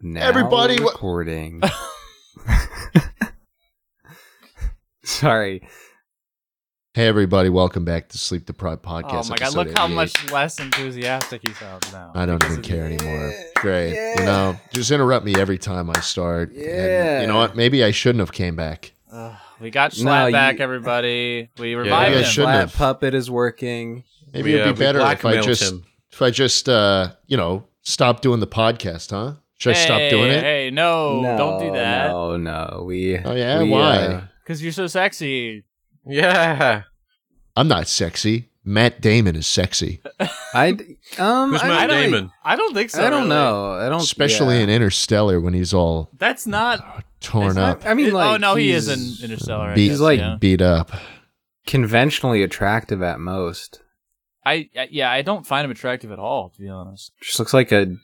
Now Everybody wa- recording. Sorry. Hey, everybody, welcome back to Sleep Deprived Oh Podcast. my god! episode Look how 88. much less enthusiastic he sounds now. I don't Because even of- care anymore. Yeah, Great. yeah. You know, just interrupt me every time I start. and Yeah. you know what? Maybe I shouldn't have came back. Ugh, we got No, slap back, you- everybody. maybe We revived I him. shouldn't Slap have. puppet is working. Maybe We, uh, it'd we be better if I blackmailed just him. if I just uh, you know, stop doing the podcast, huh? Should I stop Hey, doing it? Hey, no, no, Oh, don't do that. No, no. We Oh yeah, we, why? uh, Because you're so sexy. Yeah. I'm not sexy. Matt Damon is sexy, I um Who's I Matt don't- Damon? I don't think so. I don't really. know. I don't especially Oh, yeah. in Interstellar when he's all That's not. torn It's not- up, I mean, like oh no, he is he's in Interstellar. I beat, guess, like- yeah. beat up. conventionally attractive at most. I, I yeah, I don't find him attractive at all, to be honest. Just looks like a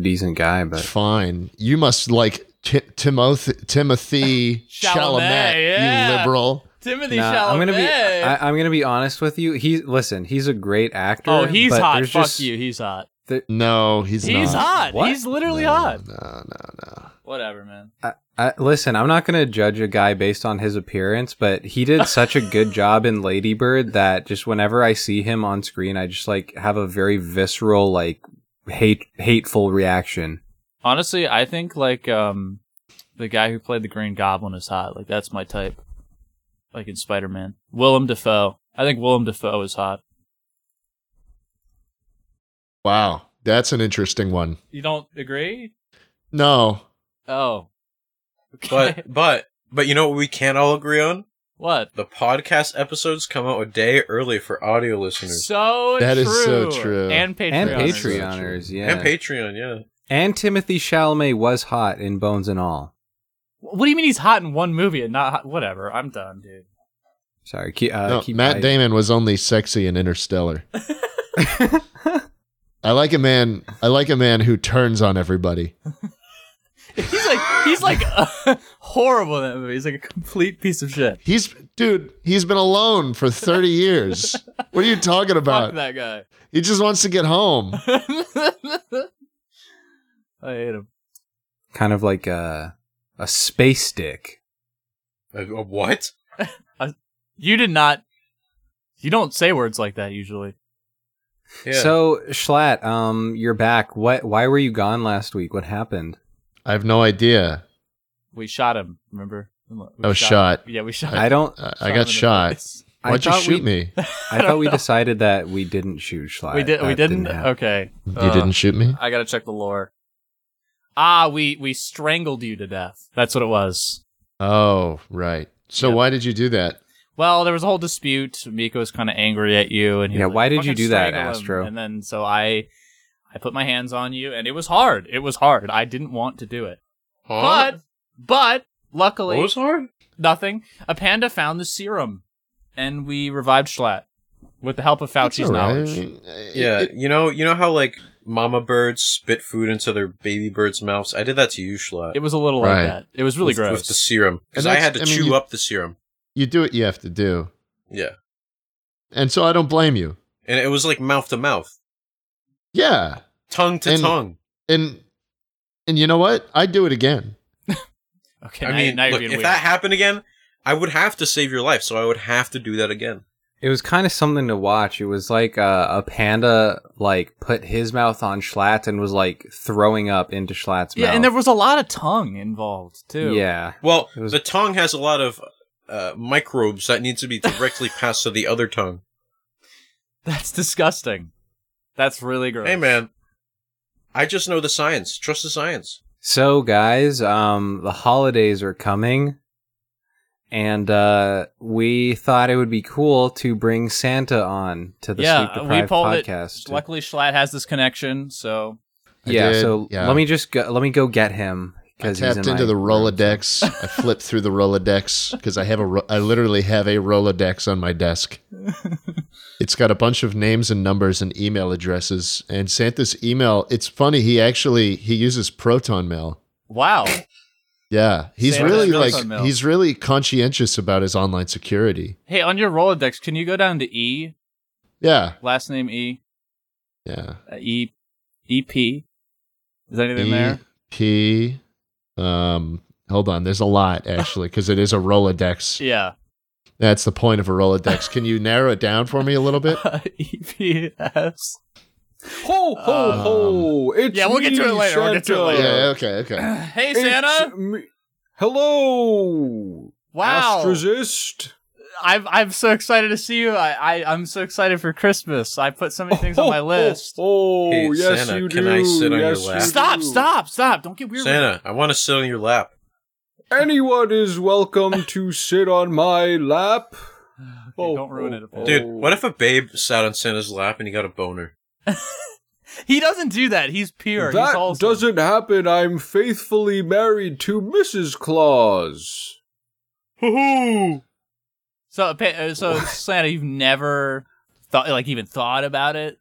decent guy, It's but fine. You must like Ti Timothy Timothy Chalamet, Chalamet, yeah. you liberal. Timothy Nah, Chalamet. I'm gonna be I, I'm gonna be honest with you. He's listen, he's a great actor. oh, he's but hot. there's Fuck just- you. He's hot. No, he's, He's, not. hot. What? He's literally no, hot. No, no, no. Whatever, man. I, listen, I'm not going to judge a guy based on his appearance, but he did such a good job in Ladybird that just whenever I see him on screen, I just like have a very visceral, like hate, hateful reaction. Honestly, I think like um the guy who played the Green Goblin is hot. Like that's my type. Like in Spider Man. Willem Dafoe. I think Willem Dafoe is hot. Wow, that's an interesting one. You don't agree? No, Oh. Okay. But but but you know what we can't all agree on? what? The podcast episodes come out a day early for audio listeners. So That true. is so true. And Patreon. And Patreoners. Patreoners, yeah. And Patreon, yeah. And Timothy Chalamet was hot in Bones and All. What do you mean he's hot in one movie and not hot? Whatever. I'm done, dude. Sorry, keep, uh, no keep Matt I- Damon was only sexy in Interstellar. I like a man. I like a man who turns on everybody. He's like he's like horrible in that movie. He's like a complete piece of shit. He's dude. He's been alone for thirty years. What are you talking Fuck about? that guy. He just wants to get home. I hate him. kind of like a a space stick. Uh, uh, what? You did not. You don't say words like that usually. Yeah. So Schlatt, um, you're back. What? Why were you gone last week? What happened? I have no idea. We shot him. Remember? We Oh, shot. him. Yeah, we shot. I, don't. I, shot I him in got the shot. face. I Why'd you thought shoot we- me? I thought we decided that we didn't shoot Schlatt. We did. That We didn't. happen. okay. you Uh, didn't shoot me. I gotta check the lore. Ah, we we strangled you to death. That's what it was. Oh, right. So Yeah. why did you do that? Well, there was a whole dispute. Miko was kind of angry at you, and he Yeah, was like, why did you "Fucking do that, strangle him." Astro? And then so I, I put my hands on you, and it was hard. It was hard. I didn't want to do it, but but luckily, what was hard? Nothing. A panda found the serum, and we revived Schlatt with the help of That's Fauci's all right. knowledge. It- Yeah, it- you know, you know how like mama birds spit food into their baby birds' mouths. I did that to you, Schlatt. It was a little Right. like that. It was really with, gross. With the serum, because And I that's- had to I mean, chew you- up the serum. you do what you have to do, Yeah, and so I don't blame you. and it was like mouth to mouth, Yeah, tongue to And- tongue. and and you know what? I'd do it again. okay, I now, mean, now you're look, if being weird. that happened again, I would have to save your life, so I would have to do that again. It was kind of something to watch. It was like uh, a panda like put his mouth on Schlatt and was like throwing up into Schlatt's yeah, mouth. and there was a lot of tongue involved too. Yeah. Well, It was- the tongue has a lot of uh, microbes that need to be directly passed to the other tongue. that's disgusting. That's really gross. Hey, man, I just know the science. Trust the science. So guys, um, the holidays are coming, and uh, we thought it would be cool to bring Santa on to the Yeah, Sleep we Deprived pulled it. podcast. Luckily, Schlatt has this connection, so I yeah. did, So yeah. let me just go, let me go get him I because tapped into the Rolodex. I flipped through the Rolodex because I have a. Ro- I literally have a Rolodex on my desk. it's got a bunch of names and numbers and email addresses. And Santa's email. It's funny. He actually he uses Proton Mail. wow. Yeah, he's Santa's really Proton like Mail. he's really conscientious about his online security. hey, on your Rolodex, can you go down to E? Yeah, Last name E. yeah. Uh, e. E. P. Is anything there? P. Um, hold on. There's a lot actually because it is a Rolodex. Yeah. That's the point of a Rolodex. Can you narrow it down for me a little bit? E EPS. Ho ho Um, ho! It's yeah, we'll get to it me, later, we'll get to it Santa. later. Yeah. Okay. Okay. hey, It's Santa. me- Hello. Wow. Astrozyst. I'm, I'm so excited to see you. I, I, I'm so excited for Christmas. I put so many things on my Ho, ho, list. Oh, Hey, yes, Santa, you do. can I sit on your Yes, you lap? Stop, do. stop, stop. Don't get weird. with Santa, I want to sit on your lap. Anyone is welcome to sit on my lap. me. Oh, don't ruin it. oh, Dude, Oh. what if a babe sat on Santa's lap and he got a boner? He doesn't do that. He's pure. He's that awesome. doesn't happen. I'm faithfully married to Mrs. Claus. So, pa- uh, so Santa, you've never thought, like, even thought about it.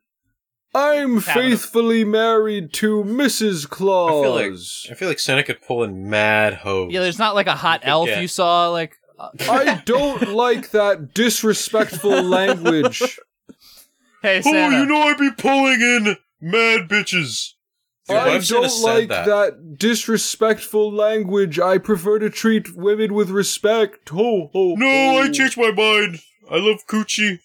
I'm Santa. faithfully married to Mrs. I feel like Claus. I feel like Santa could pull in mad Oh, hoes. Yeah, there's not like a hot elf get- you saw. Like, uh, I don't like that disrespectful language. Oh, hey, Santa. know I'd be pulling in mad bitches. Dude, what I if Santa don't said like that? that. disrespectful language. I prefer to treat women with respect. Ho ho. ho. my mind. I love coochie.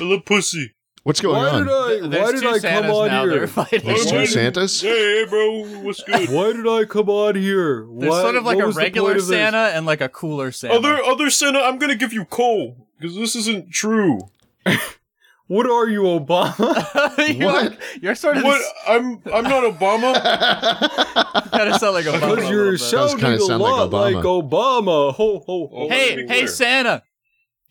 I love pussy. What's going Why on? did I? There's Why did two I come Santas now. on They're here? fighting. There's two Why- Santas. Hey, bro, what's good? Why did I come on here? There's Why- sort of like what a was the point regular of this? Oh, Santa and like a cooler Santa. other Santa, I'm gonna give you coal because this isn't true. What are you, Obama? you're, What? you're sort of I'm I'm not Obama. kind of sound like Obama a Because little you're bit. sounding kinda a sound like lot Obama. like Obama. Ho ho ho. Hey, Hey, Be hey, clear. Santa,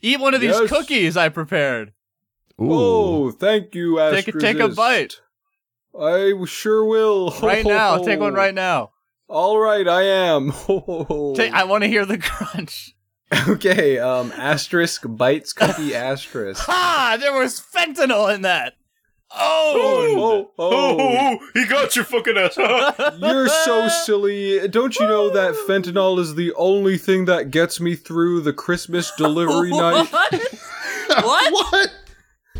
eat one of these Yes. cookies I prepared. Ooh. Oh, thank you, Take a- Astrozyst. take a bite. I sure will. Ho, Right ho, now, ho. take one right now. All right, I am. Ho, ho, ho. Take, I want to hear the crunch. Okay, um, asterisk bites cookie asterisk. Ha! There was fentanyl in that. Oh, Oh, oh, he got your fucking ass. oh. You're so silly. Don't you know that fentanyl is the only thing that gets me through the Christmas delivery night? what? what? what?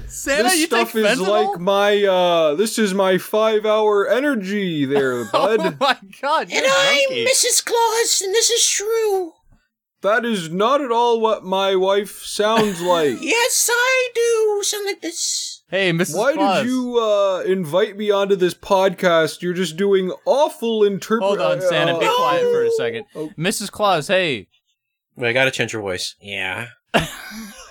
Santa, this you stuff take is fentanyl? like my uh this is my five hour energy there, Oh bud. my god! You're And I'm junkie. Mrs. Claus, and this is true. that is not at all what my wife sounds like. Yes, I do sound like this. Hey, Mrs. Why Claus. did you uh invite me onto this podcast? You're just doing awful interpret Hold on, Santa. uh, Be uh, quiet for a second. Oh. Mrs. Claus, hey. Wait, I gotta change your voice. Yeah.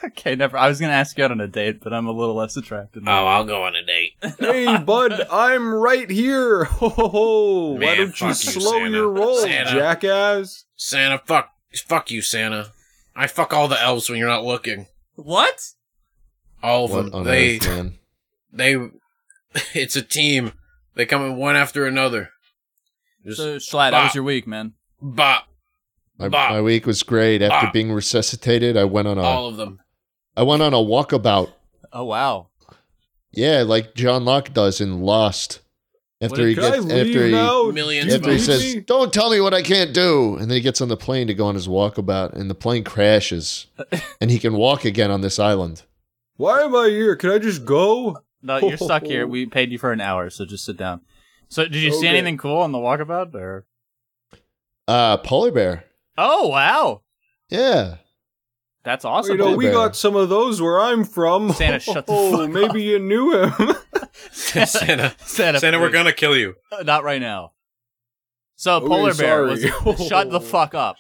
Okay, never. I was gonna ask you out on a date, but I'm a little less attracted. Oh. now. I'll go on a date. Hey, bud, I'm right here. Ho, ho, ho. Why Man, don't you fuck you, slow Santa. your roll, Santa. jackass? Santa, fuck, fuck you, Santa. I fuck all the elves when you're not looking. What? All of What them. on They, earth, man? they, it's a team. They come in one after another. Just So, Schlatt, that was Bop. your week, man. bop, My, Bah. my week was great. After Bah. being resuscitated, I went on a all of them. I went on a walkabout. Oh wow. Yeah, like John Locke does in Lost. After What- he Can I gets leave after he now? Millions Did after he you Excuse says, leave me? "Don't tell me what I can't do," and then he gets on the plane to go on his walkabout, and the plane crashes, and he can walk again on this island. Why am I here? Can I just go? No, you're stuck here. We paid you for an hour, so just sit down. So, did you see Okay. anything cool on the walkabout? Or Uh, polar bear. oh wow, Yeah, that's You awesome. know, Polar we bear. got some of those where I'm from. Santa, shut the Oh, fuck up. maybe you knew him. Santa, Santa, Santa, Santa, we're please. gonna kill you. Uh, not right now. So, Okay, polar bear was Oh, sorry. shut the fuck up,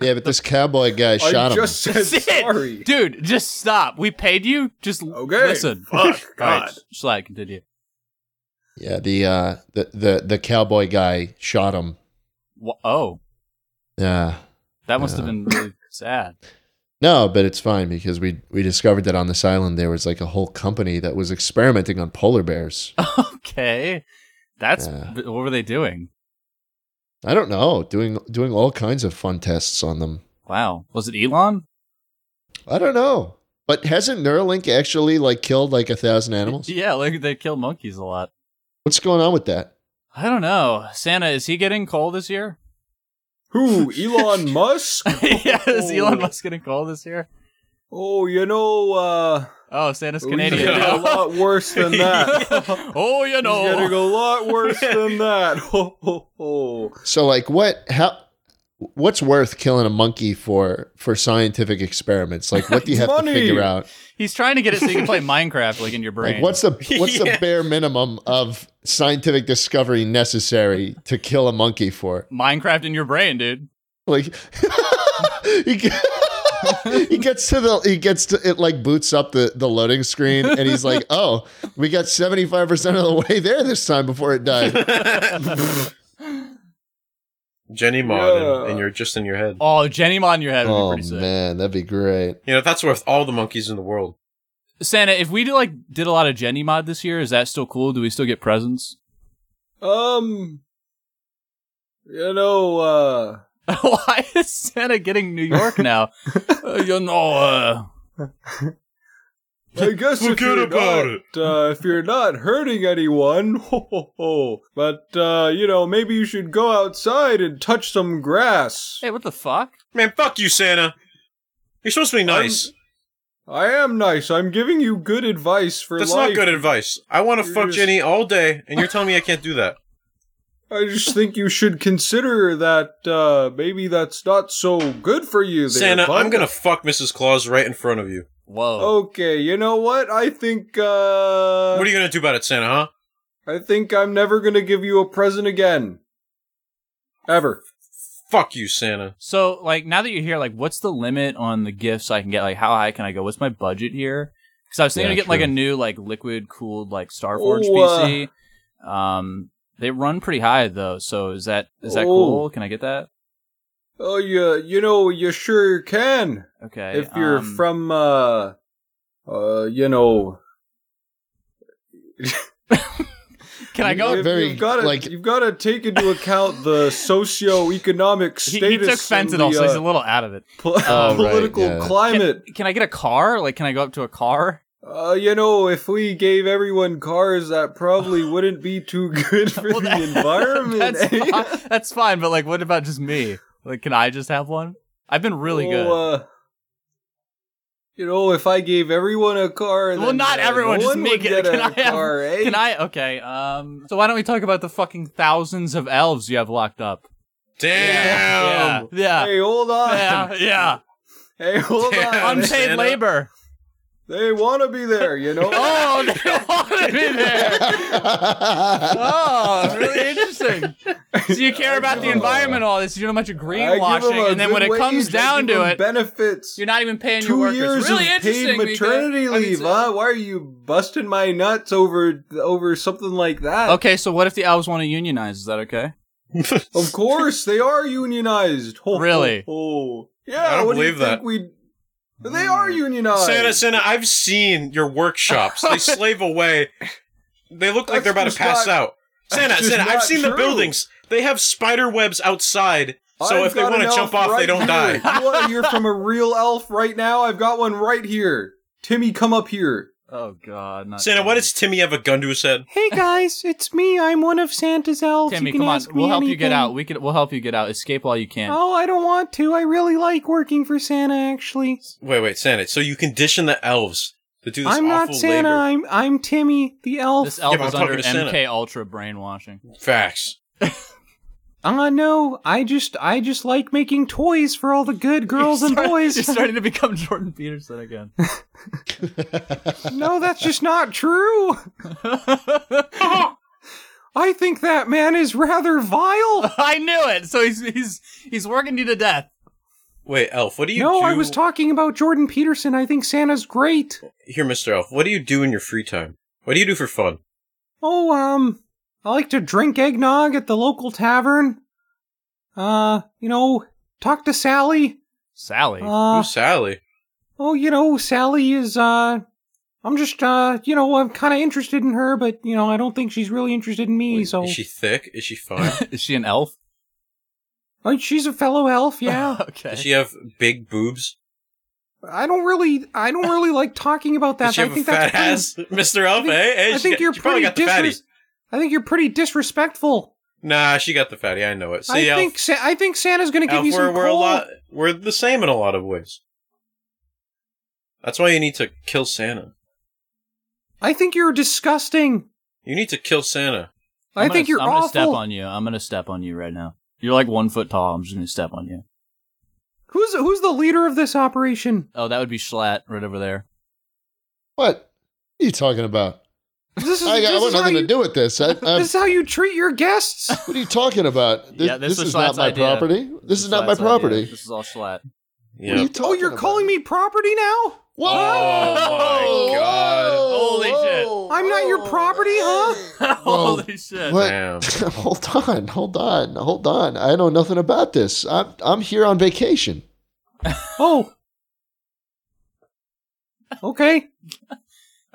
yeah, but this cowboy guy shot I him. just said Sit. sorry. dude. Just stop. We paid you. Just l- Okay. listen. Fuck, All right, God. Schlatt, continue. Yeah, the uh, the the the cowboy guy shot him. Wha- Oh, Yeah. that must have Yeah. been really sad. No, but it's fine because we we discovered that on this island there was like a whole company that was experimenting on polar bears. Okay. That's Yeah. b what were they doing? I don't know, doing doing all kinds of fun tests on them. Wow. Was it Elon? I don't know. But hasn't Neuralink actually like killed like a thousand animals? Yeah, like they kill monkeys a lot. What's going on with that? I don't know. Santa, is he getting cold this year? Who? Elon Musk? yeah, is Oh. Elon Musk getting cold this year? Oh, you know, uh, Oh, Santa's we Canadian. did a lot worse than that. oh, you He's know. getting a lot worse than that. Ho, ho, ho. So like what how what's worth killing a monkey for for scientific experiments? Like what do you have Money. to figure out? He's trying to get it so you can play Minecraft like in your brain. Like what's the what's Yeah. the bare minimum of scientific discovery necessary to kill a monkey for? Minecraft in your brain, dude? Like he, g- he gets to the he gets to it like boots up the the loading screen and he's like, "Oh, we got 75% of the way there this time before it died." Jenny Mod, and, Yeah. and you're just in your head. Oh, Jenny Mod in your head would oh be pretty sick. man, that'd be great. You know, that's worth all the monkeys in the world. Santa, if we did like did a lot of Jenny Mod this year, is that still cool? Do we still get presents? Um, you know, uh, Why is Santa getting New York now? Uh, you know, uh, I guess if Forget you're about Oh. not, Uh, if you're not hurting anyone, ho, ho, ho. but uh, you know, maybe you should go outside and touch some grass. hey, what the fuck? Man, fuck you, Santa. You're supposed to be nice. I am nice. I'm giving you good advice for That's life. not good advice. I want to You're fuck just- Jenny all day, and you're telling me I can't do that. I just think you should consider that uh, maybe that's not so good for you. There, Santa, bud. I'm gonna fuck Mrs. Claus right in front of you. Whoa. Okay, you know what? I think uh, What are you gonna do about it, Santa? Huh? I think I'm never gonna give you a present again. Ever. Fuck you, Santa. So, like, now that you're here, like, what's the limit on the gifts I can get? Like, how high can I go? What's my budget here? Because I was thinking Yeah, of getting like true. a new like liquid cooled like Starforge Oh, uh, PC. Um, they run pretty high though. So is that is that Oh. cool? Can I get that? Oh, you you know you sure can Okay. if you're um, from uh, uh, you know. can I go? If Very, you've got to like- you've got to take into account the socioeconomic He, status. he took and fentanyl, the, so he's uh, a little out of it. pol- Oh, right, political yeah. climate. Can, can I get a car? Like, can I go up to a car? Uh, you know, if we gave everyone cars, that probably wouldn't be too good for Well, the that- environment. That's, eh? fi- that's fine, but like, what about just me? Like, can I just have one? I've been really Oh, good. Uh, you know, if I gave everyone a car, Well, then, not uh, everyone, no just one make would it- Get a can I have- car, eh? Can I? Okay. Um. So why don't we talk about the fucking thousands of elves you have locked up? Damn. Yeah. Yeah. Hey, hold on. Yeah. yeah. Hey, hold on. Damn. Unpaid Santa. labor. They want to be there, you know. Oh, they wanted me there. Oh, really interesting. So you care about the environment, all this. You do a bunch of I give 'em greenwashing, a and then when good it comes wage, I down give to 'em it, benefits. you're not even paying Two your workers. years really of paid interesting, Mika. maternity I mean, leave, so- huh? Why are you busting my nuts over over something like that? Okay, so what if the elves want to unionize? Is that okay? Of course, they are unionized. Ho, ho, Really? ho. Oh. Yeah, I don't what do you believe that. think we? Mm. They are unionized. Santa, Santa, I've seen your workshops. They slave away. They look That's like they're about to just pass not- out. Santa, that's just Santa, I've not seen the true. buildings. They have spider webs outside, so I've if they got want an to jump elf off, they right don't here. die. you want to hear from a real elf right now? I've got one right here. Timmy, come up here. Oh God, not Santa, why does Timmy have a gun to his head? Hey guys, it's me. I'm one of Santa's elves. Timmy, you can come on. ask me We'll help you get anything. out. We can. We'll help you get out. Escape while you can. Oh, I don't want to. I really like working for Santa. Actually, Wait, wait, Santa. So you condition the elves to do this I'm awful not Santa. labor. I'm I'm Timmy the elf. This elf but is I'm talking under to Santa. MK Ultra brainwashing. Facts. Ah, no. I just I just like making toys for all the good girls and You're boys. starting to become Jordan Peterson again. no, that's just not true. I I think that man is rather vile. knew it. So he's he's he's working you to death. Wait, elf. What do you No, do? I was talking about Jordan Peterson. I think Santa's great. Here, Mister Elf. What do you do in your free time? What do you do for fun? Oh, um, I like to drink eggnog at the local tavern. Uh, you know, talk to Sally. Sally. Uh, Who's Sally? oh, you know, Sally is, uh, I'm just, uh, you know, I'm kind of interested in her, but, you know, I don't think she's really interested in me, Wait, so. Is she thick? Is she fine? is she an elf? Uh, she's a fellow elf, yeah. okay. Does she have big boobs? I don't really, I don't really like talking about that. Does she have I a think fat that's pretty- ass, Mister Elf? I think, eh? Hey, I she think got- you're she probably pretty got the fatty. disres- I think you're pretty disrespectful. Nah, she got the fatty. I know it. See, I Elf. think Sa- I think Santa's gonna give Elf, you some we're, we're a coal. lot. We're the same in a lot of ways. That's why you need to kill Santa. I think you're disgusting. You need to kill Santa. i I'm gonna- think you're I'm awful. gonna step on you. I'm gonna step on you right now. You're like one foot tall. I'm just gonna step on you. Who's who's the leader of this operation? Oh, that would be Schlatt right over there. What? are you talking about? This is, I, I this want is how nothing you, to do Um, with this. I, I'm, This is how you treat your guests. what are you talking about? This, Yeah, this this, was is not Slat's my idea. property. This is not my Schlatt's idea. property. This is all Schlatt. What are Yeah. you oh, talking you're about? calling me property now? Whoa! Oh my God. Oh Holy shit. I'm not your property, huh? Holy shit! What? Damn. hold on, hold on, hold on. I know nothing about this. I'm I'm here on vacation. Oh. Okay. All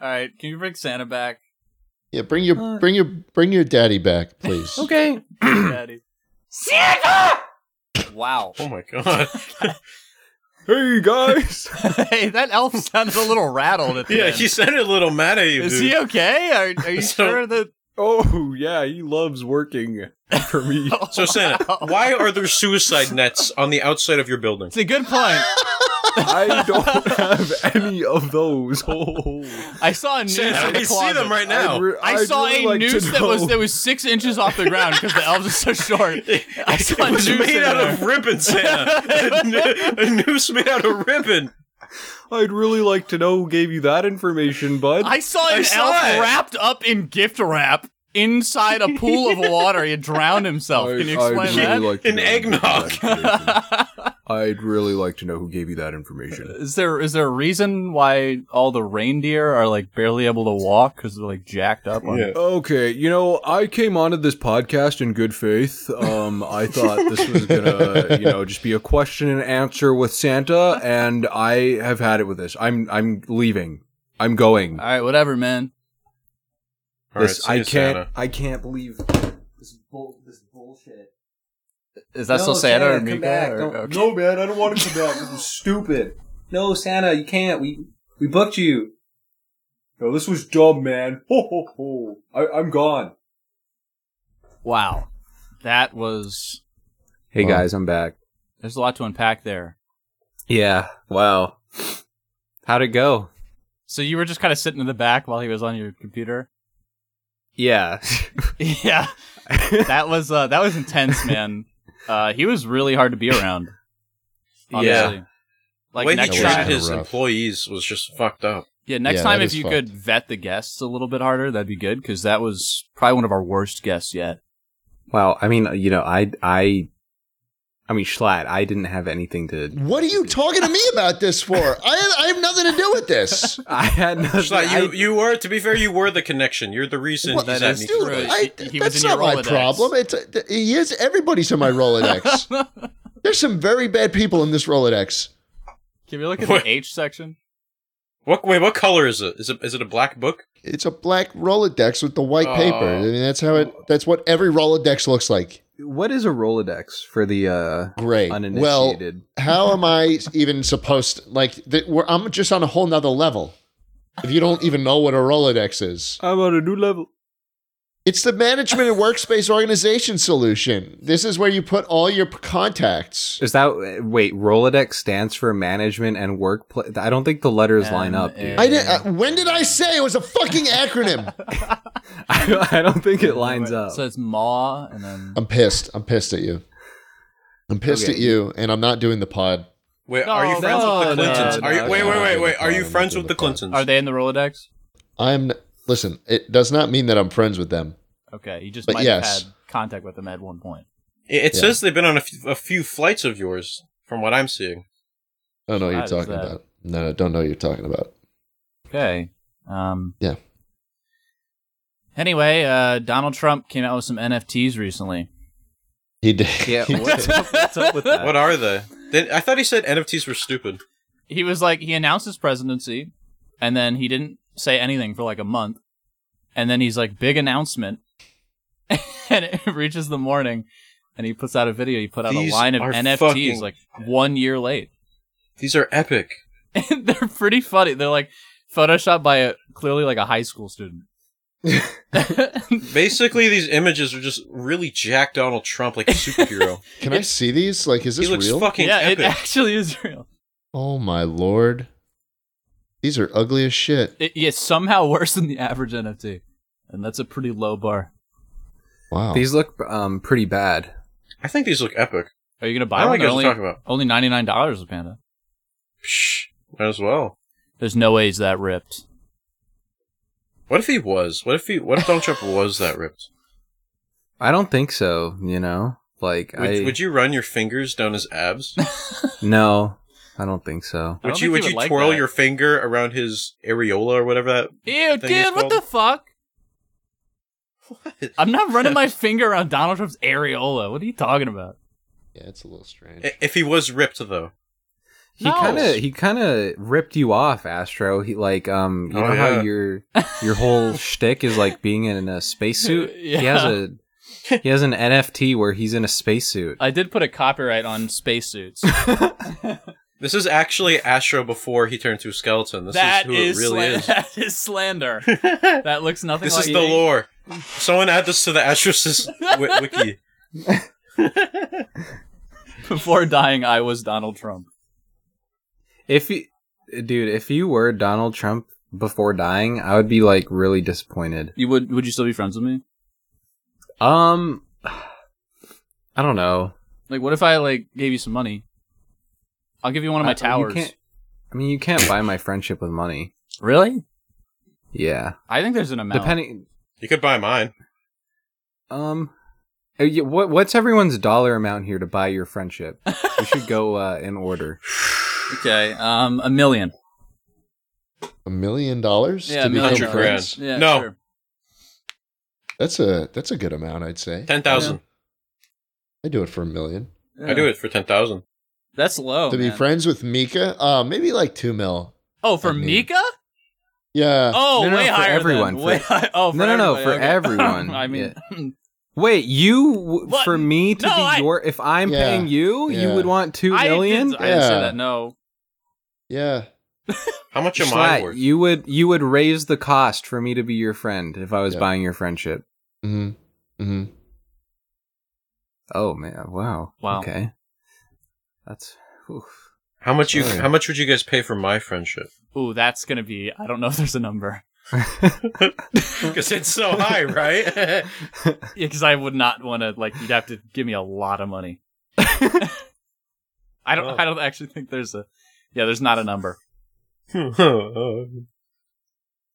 right, can you bring Santa back, Yeah, bring your Uh, bring your bring your daddy back, please. Okay. Daddy? Santa! Wow. Oh my god. Hey guys. hey, that elf sounded a little rattled at the yeah, end. he sounded a little mad at you, Is dude. he okay? Are, are you So- sure that? Oh yeah, he loves working for me. Oh. so Santa, Wow. why are there suicide nets on the outside of your building? It's a good point. I don't have any of those. Oh, I saw a noose. in Santa, the I see closet. them right now. I'd re- I I'd saw really a like to noose that was know. that was six inches off the ground because the elves are so short. I saw it was a noose made in out there. of ribbon, Santa. a, no- a noose made out of ribbon. I'd really like to know who gave you that information, bud. I saw I an saw elf it. wrapped up in gift wrap inside a pool of water. He had drowned himself. Can you I'd explain really that? like to An know who gave you that information. Is I'd really like to know who gave you that information. there is there a reason why all the reindeer are like barely able to walk because they're like jacked up? On Yeah. Okay, you know, I came onto this podcast in good faith. Um, I thought this was gonna, you know, just be a question and answer with Santa, and I have had it with this. I'm, I'm leaving. I'm going. All right, whatever, man. All right, This- see I you, can't. Santa. I can't believe this. Bull, this bullshit. Is that still Santa or Mika? or- okay. No, man, I don't want to come back. This is stupid. No, Santa, you can't. We we booked you. No, this was dumb, man. Ho ho ho! I, I'm gone. Wow, that was. Hey Wow. guys, I'm back. There's a lot to unpack there. Yeah. Wow. How'd it go? So you were just kind of sitting in the back while he was on your computer. Yeah. Yeah, that was uh, that was intense, man. Uh, he was really hard to be around. Honestly. Yeah. Like the way he next treated time- his Rough. employees was just fucked up. yeah, next Yeah, time that if is you fucked. could vet the guests a little bit harder, that'd be good because that was probably one of our worst guests yet. Wow, I mean, you know, I, I, I mean, Schlatt, I didn't have anything to. What are you talking to me about this for? I I have nothing to do with this. I had nothing. It's like I- you, you were, to be fair, you were the connection. You're the reason Well, he's that at is me. true. tonight. I, He- he was that's in your not my Rolodex. problem. It's uh, he is everybody's in my Rolodex. There's some very bad people in this Rolodex. Can we look at What? the H section? What? Wait, what color is it? Is it is it a black book? It's a black Rolodex with the white paper. Oh. I mean, that's how it. That's what every Rolodex looks like. what is a Rolodex for the uh, Gray. Well, uninitiated? how am I even supposed like? That we're, I'm just on a whole nother level. If you don't even know what a Rolodex is, I'm on a new level. it's the management and workspace organization solution. This is where you put all your p- contacts. Is that wait? Rolodex stands for management and workplace. I don't think the letters line up, dude. M- I, I did, uh, when did I say it was a fucking acronym? don't- I don't think it lines up. So it's Ma and then. I'm pissed. I'm pissed at you. I'm pissed Okay. at you, and I'm not doing the pod. Wait, No, are you friends no, with the no, Clintons? no, are you, no, wait, no. wait, wait, wait. Are you I'm friends not with the doing the Clintons? Are they in the Rolodex? I'm listen. It does not mean that I'm friends with them. Okay, you just But might yes. have had contact with them at one point. It, it Yeah. says they've been on a few, a few flights of yours, from what I'm seeing. I don't know what How you're does talking that- about. No, I don't know what you're talking about. Okay. Um, Yeah. Anyway, uh, Donald Trump came out with some NFTs recently. He did. yeah. he What's did. up, what's up with that? What are they? they? I thought he said NFTs were stupid. He was like, he announced his presidency, and then he didn't say anything for like a month, and then he's like, big announcement, and it reaches the morning, and he puts out a video. He put out These a line of are NFTs fucking- like one year late. These are epic. And they're pretty funny. They're like photoshopped by a clearly like a high school student. Basically, these images are just really Jack Donald Trump like a superhero. Can I see these? Like, is he this looks real? fucking yeah, it epic. actually is real. oh my lord! These are ugly as shit. It, it's somehow worse than the average NFT, and that's a pretty low bar. Wow. These look um, pretty bad. I think these look epic. Are you gonna I buy don't one? like They're what Only, you're talking about. only ninety nine dollars a panda. Psh, might as well. There's no way he's that ripped. What if he was? What if he? What if Donald Trump was that ripped? I don't think so. You know, like Would, I would you run your fingers down his abs? no, I don't think so. I don't Would you? think Would he you like twirl that. your finger around his areola or whatever that? Ew, thing is dude, what the fuck? What? I'm not running my finger around Donald Trump's areola. What are you talking about? yeah, it's a little strange. I- If he was ripped though, He No. kind of he kind of ripped you off, Astro. He like um you Oh, know how yeah. your your whole shtick is like being in a spacesuit. He has Yeah. a he has an NFT where he's in a spacesuit. I did put a copyright on spacesuits. this is actually Astro before he turned to a skeleton. This is That who is it really slan- is. that is slander. that looks nothing This like is the you. lore. Someone add this to the Astrosis w- wiki. Before dying, I was Donald Trump. If you, dude, if you were Donald Trump before dying, I would be like really disappointed. You would would you still be friends with me? Um, I don't know. Like what if I like gave you some money? I'll give you one of my I- Uh, you towers. can't- I mean, you can't buy my friendship with money. Really? Yeah, I think there's an amount. depending. You could buy mine. Um, uh, you- what what's everyone's dollar amount here to buy your friendship? we should go uh, in order. okay, um a million. A million dollars Yeah, to a million become dollars. friends? Yeah, No. sure. That's a that's a good amount, I'd say. Ten thousand. I do it for a million. I do it for ten thousand. That's low. to be Oh, man. friends with Mika, uh, maybe like two mil. Oh, for I mean- Mika? Yeah, Oh, uh, No, no, way for higher than- everyone, for- way high- oh, for No, no, no, everybody, for okay. everyone, I mean, Wait, you w- What? for me to No, be I- your? If I'm Yeah. paying you, you Yeah. would want two I million. didn't, I didn't say Yeah. that. No, yeah. How much am Schlatt, I worth? you would you would raise the cost for me to be your friend if I was Yeah. buying your friendship. Mm-hmm. Mm-hmm. Oh man! Wow. Wow. Okay. That's. oof. How much you? Oh, yeah. How much would you guys pay for my friendship? ooh, that's gonna be. I don't know if there's a number Because it's so high, right? because I would not want to. Like, you'd have to give me a lot of money. I don't. Wow. I don't actually think there's a. Yeah, there's not a number. Because You I'm know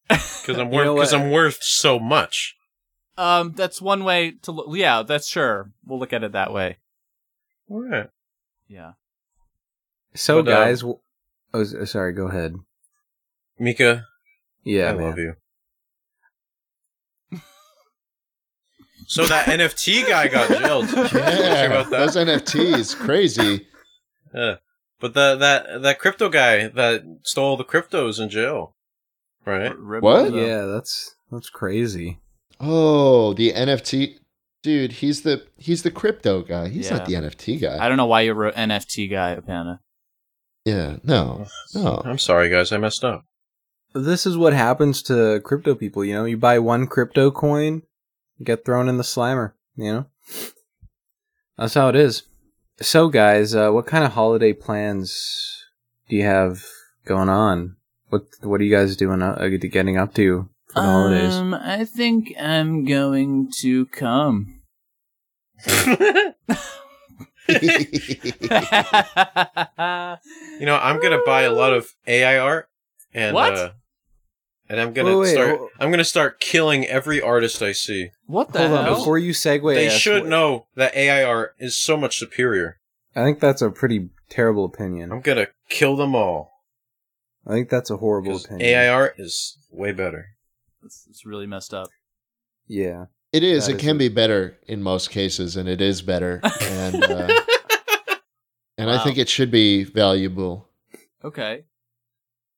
worth. Because what? I'm worth so much. Um, that's one way to. look. Yeah, that's sure. We'll look at it that way. Alright. Yeah. So But, uh, guys, w- oh s- sorry. Go ahead. Mika, Yeah, I man. love you. So that NFT guy got jailed. Did you hear Yeah, about that? those NFTs, crazy. Yeah. But the, that that crypto guy that stole the cryptos in jail, right? R- What? Yeah. Yeah, that's that's crazy. Oh, the NFT dude. He's the he's the crypto guy. He's not the Yeah. NFT guy. I don't know why you wrote NFT guy, Panda. yeah, no, no. I'm sorry, guys. I messed up. This is what happens to crypto people. You know, you buy one crypto coin, you get thrown in the slimer. You know, that's how it is. So guys, uh, what kind of holiday plans do you have going on? What What are you guys doing? Uh, getting up to for the holidays? Um, I think I'm going to come. You know, I'm gonna buy a lot of AI art and What? Uh, and I'm gonna Wait, wait, start. wh- I'm gonna start killing every artist I see. what the Hold on, hell? before you segue, they Ash, should wh- know that AI art is so much superior. I think that's a pretty terrible opinion. I'm gonna kill them all. I think that's a horrible 'cause opinion. AI art is way better. it's, it's really messed up. yeah. It is. That it is can it. be better in most cases, and it is better. And uh, and I Wow. think it should be valuable. Okay.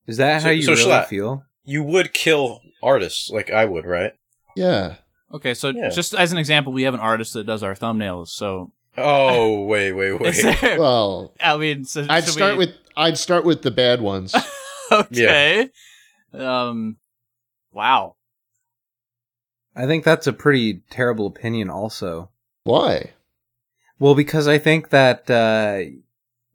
Is that So- how you so really Schlatt- feel? You would kill artists like I would, right? Yeah. Okay, so Yeah. just as an example, we have an artist that does our thumbnails. So, Oh, wait, wait, Is wait. there- Well, I mean, so, I'd so start we- with I'd start with the bad ones. okay. Um, wow. I think that's a pretty terrible opinion, also. Why? Well, because I think that uh,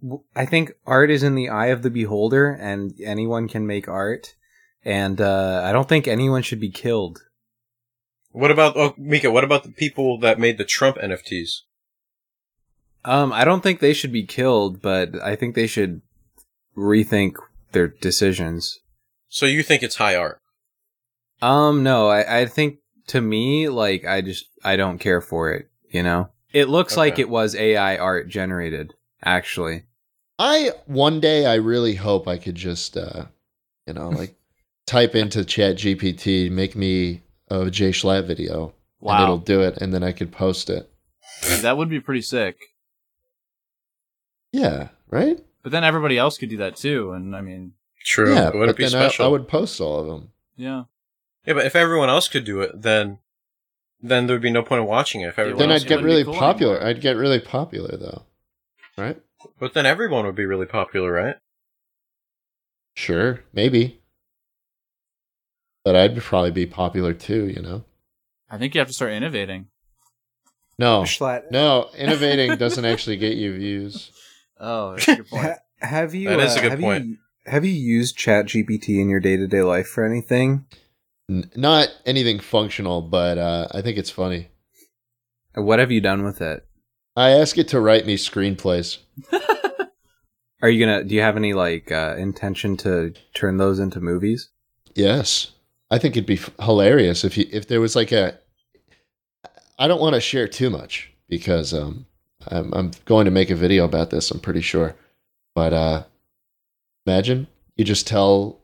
w- I think art is in the eye of the beholder, and anyone can make art. And uh, I don't think anyone should be killed. What about oh, Mika? What about the people that made the Trump NFTs? Um, I don't think they should be killed, but I think they should rethink their decisions. So you think it's high art? Um, no, I, I think to me, like, I just, I don't care for it, you know? It looks like Okay. it was AI art generated, actually. I one day I really hope I could just uh you know like type into chat GPT make me a Jay Schlatt video and it'll Wow, do it and then I could post it. that would be pretty sick. Yeah, right? But then everybody else could do that too, and I mean, True. Yeah, it but wouldn't be then I, special. I would post all of them. yeah, Yeah, but if everyone else could do it, then then there would be no point in watching it. If everyone then else I'd it get would. wouldn't be really cool popular. anymore. I'd get really popular though. Right? but then everyone would be really popular, right? Sure, maybe. But I'd probably be popular too, you know. I think you have to start innovating. No. Schlatt. No, innovating doesn't actually get you views. Oh, that's a good point. Ha- have you? That is a uh, good have point. You, have you used ChatGPT in your day to day life for anything? N- not anything functional, but uh, I think it's funny. What have you done with it? I ask it to write me screenplays. Are you gonna? Do you have any like uh, intention to turn those into movies? Yes, I think it'd be f- hilarious if you if there was like a. I don't want to share too much because um, I'm I'm going to make a video about this. I'm pretty sure, but uh, imagine you just tell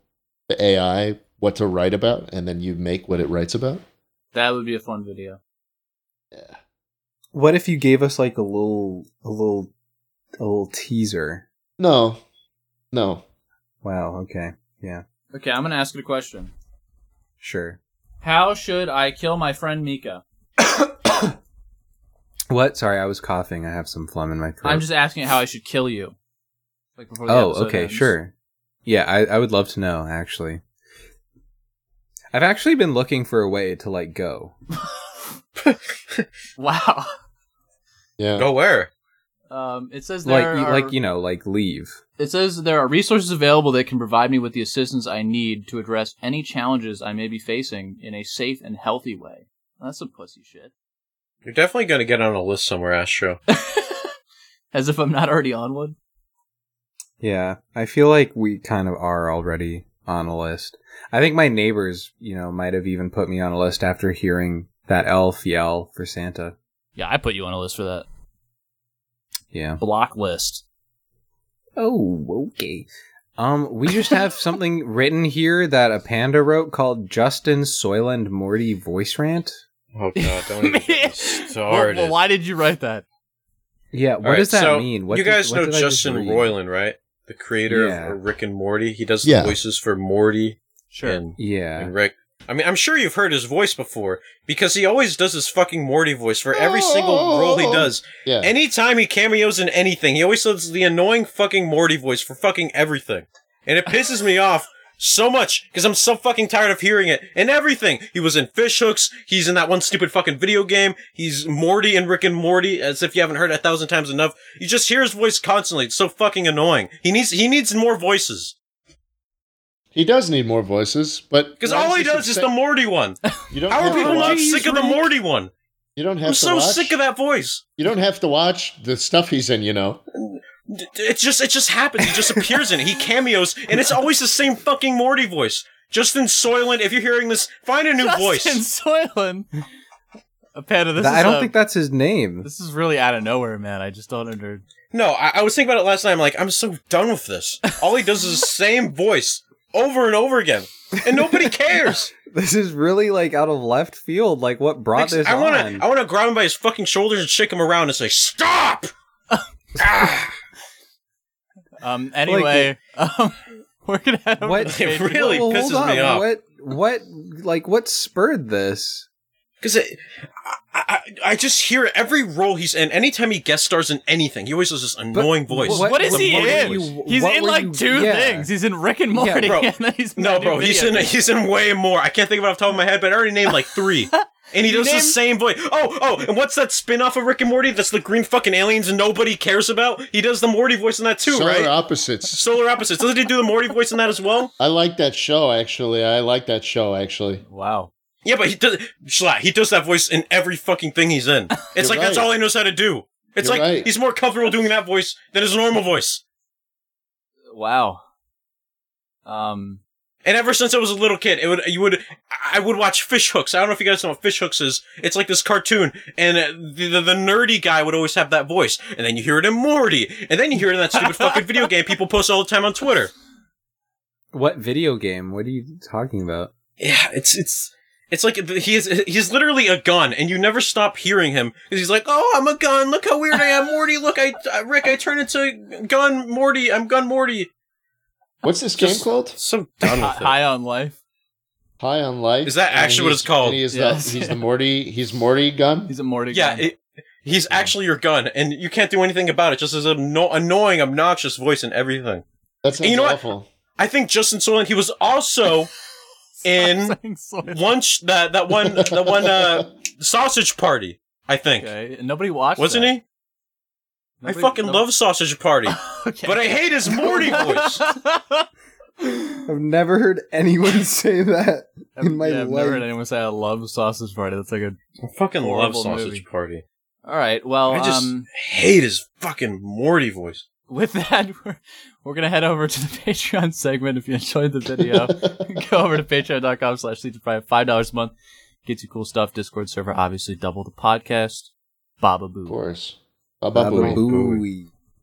the AI what to write about, and then you make what it writes about. that would be a fun video. What if you gave us like a little, a little, a little teaser? No, no, Wow. Okay. Okay, I'm gonna ask you a question. Sure. How should I kill my friend Mika? What? Sorry, I was coughing. I have some phlegm in my throat. I'm just asking how I should kill you. Like before the Oh, episode okay, ends. sure. Yeah, I, I would love to know actually. I've actually been looking for a way to like go. Wow. yeah. Go where? Um, it says Like there you- are, like you know, like leave. It says there are resources available that can provide me with the assistance I need to address any challenges I may be facing in a safe and healthy way. That's some pussy shit. You're definitely going to get on a list somewhere, Astro. As if I'm not already on one. Yeah, I feel like we kind of are already on a list. I think my neighbors, you know, might have even put me on a list after hearing that elf yell for Santa. Yeah, I put you on a list for that. Yeah. Block list. Oh, okay. Um, we just have something written here that a panda wrote called Justin Soyland Morty voice rant. Oh God, don't even get me started. why did you write that? Yeah, All what right, does that so mean? What you did- guys what know did I just Justin read? Roiland, right? The creator Yeah. of Rick and Morty. He does Yeah. the voices for Morty Sure. and, Yeah. and Rick. I mean, I'm sure you've heard his voice before because he always does his fucking Morty voice for every single role he does. Yeah. Anytime he cameos in anything, he always does the annoying fucking Morty voice for fucking everything. And it pisses me off so much because I'm so fucking tired of hearing it in everything. He was in Fish Hooks. He's in that one stupid fucking video game. He's Morty and Rick and Morty as if you haven't heard it a thousand times enough. You just hear his voice constantly. It's so fucking annoying. He needs, he needs more voices He does need more voices, but because all he does is the Morty one. You don't How have are to people not watch- sick of the Morty one? You don't have I'm to so watch- sick of that voice. You don't have to watch the stuff he's in, you know. D- It just it just happens. He just appears in it. He cameos, and it's always the same fucking Morty voice. Justin Soylent, if you're hearing this, find a new voice. Soylent. A panda, this Th- I is don't a- think that's his name. this is really out of nowhere, man. I just don't under No, I, I was thinking about it last night. I'm like, I'm so done with this. All he does is the same voice over and over again, and nobody cares. This is really like out of left field. Like what brought Like, this I wanna on? I wanna grab him by his fucking shoulders and shake him around and say, "Stop!" Um anyway, um we're gonna head over What- to the It Patreon. really Well, pisses hold on. me off. What? What? Like what spurred this? Because I, I, I just hear every role he's in. Anytime he guest stars in anything, he always has this annoying voice. what- what is The he Morty in? voice. you- he's what in were like you- two yeah. things. He's in Rick and Yeah, Morty, bro. and then he's in No, that new bro, he's video. in he's in way more. I can't think about it off the top of my head, but I already named like three. And he You does the named- same voice. Oh, oh, and what's that spin off of Rick and Morty that's the green fucking aliens nobody cares about? He does the Morty voice in that too, Solar right? opposites. Solar Opposites. Doesn't he do the Morty voice in that as well? I like that show actually. I like that show actually. Wow. Yeah, but he does. Schlatt, he does that voice in every fucking thing he's in. It's like that's right. all he knows how to do. It's You're like right. he's more comfortable doing that voice than his normal voice. Wow. Um. And ever since I was a little kid, it would you would I would watch Fish Hooks. I don't know if you guys know what Fish Hooks is. It's like this cartoon, and uh, the, the the nerdy guy would always have that voice, and then you hear it in Morty, and then you hear it in that stupid fucking video game people post all the time on Twitter. What video game? What are you talking about? Yeah, it's it's it's like he is he's literally a gun, and you never stop hearing him because he's like, "Oh, I'm a gun. Look how weird I am, Morty. Look, I uh, Rick, I turn into gun Morty. I'm gun Morty." What's this game Just- called? So done with it. High on life. High on Life. Is that And actually what he's- it's called? and he is Yes. the, he's the Morty. He's Morty gun. He's a Morty. Yeah, guy. it, he's actually your gun, and you can't do anything about it. Just as an annoying, obnoxious voice and everything. That sounds you know what? awful. I think Justin Soylent. He was also in Saying soy- lunch that that one that one uh, sausage party. I think Okay. and Nobody watched. wasn't he? I fucking love Sausage Party, Okay. but I hate his Morty voice. I've never heard anyone say that. I've, In my yeah, I've never life. heard anyone say I love sausage party. That's like a. I fucking love Horrible Sausage movie. Party. All right. Well, I just um, hate his fucking Morty voice. with that, we're, we're gonna head over to the Patreon segment. If you enjoyed the video, go over to patreon.com slash sleep deprived. Five dollars a month gets you cool stuff. Discord server, obviously, double the podcast. Baba Of boo. course. Baba Booey. Baba Booey.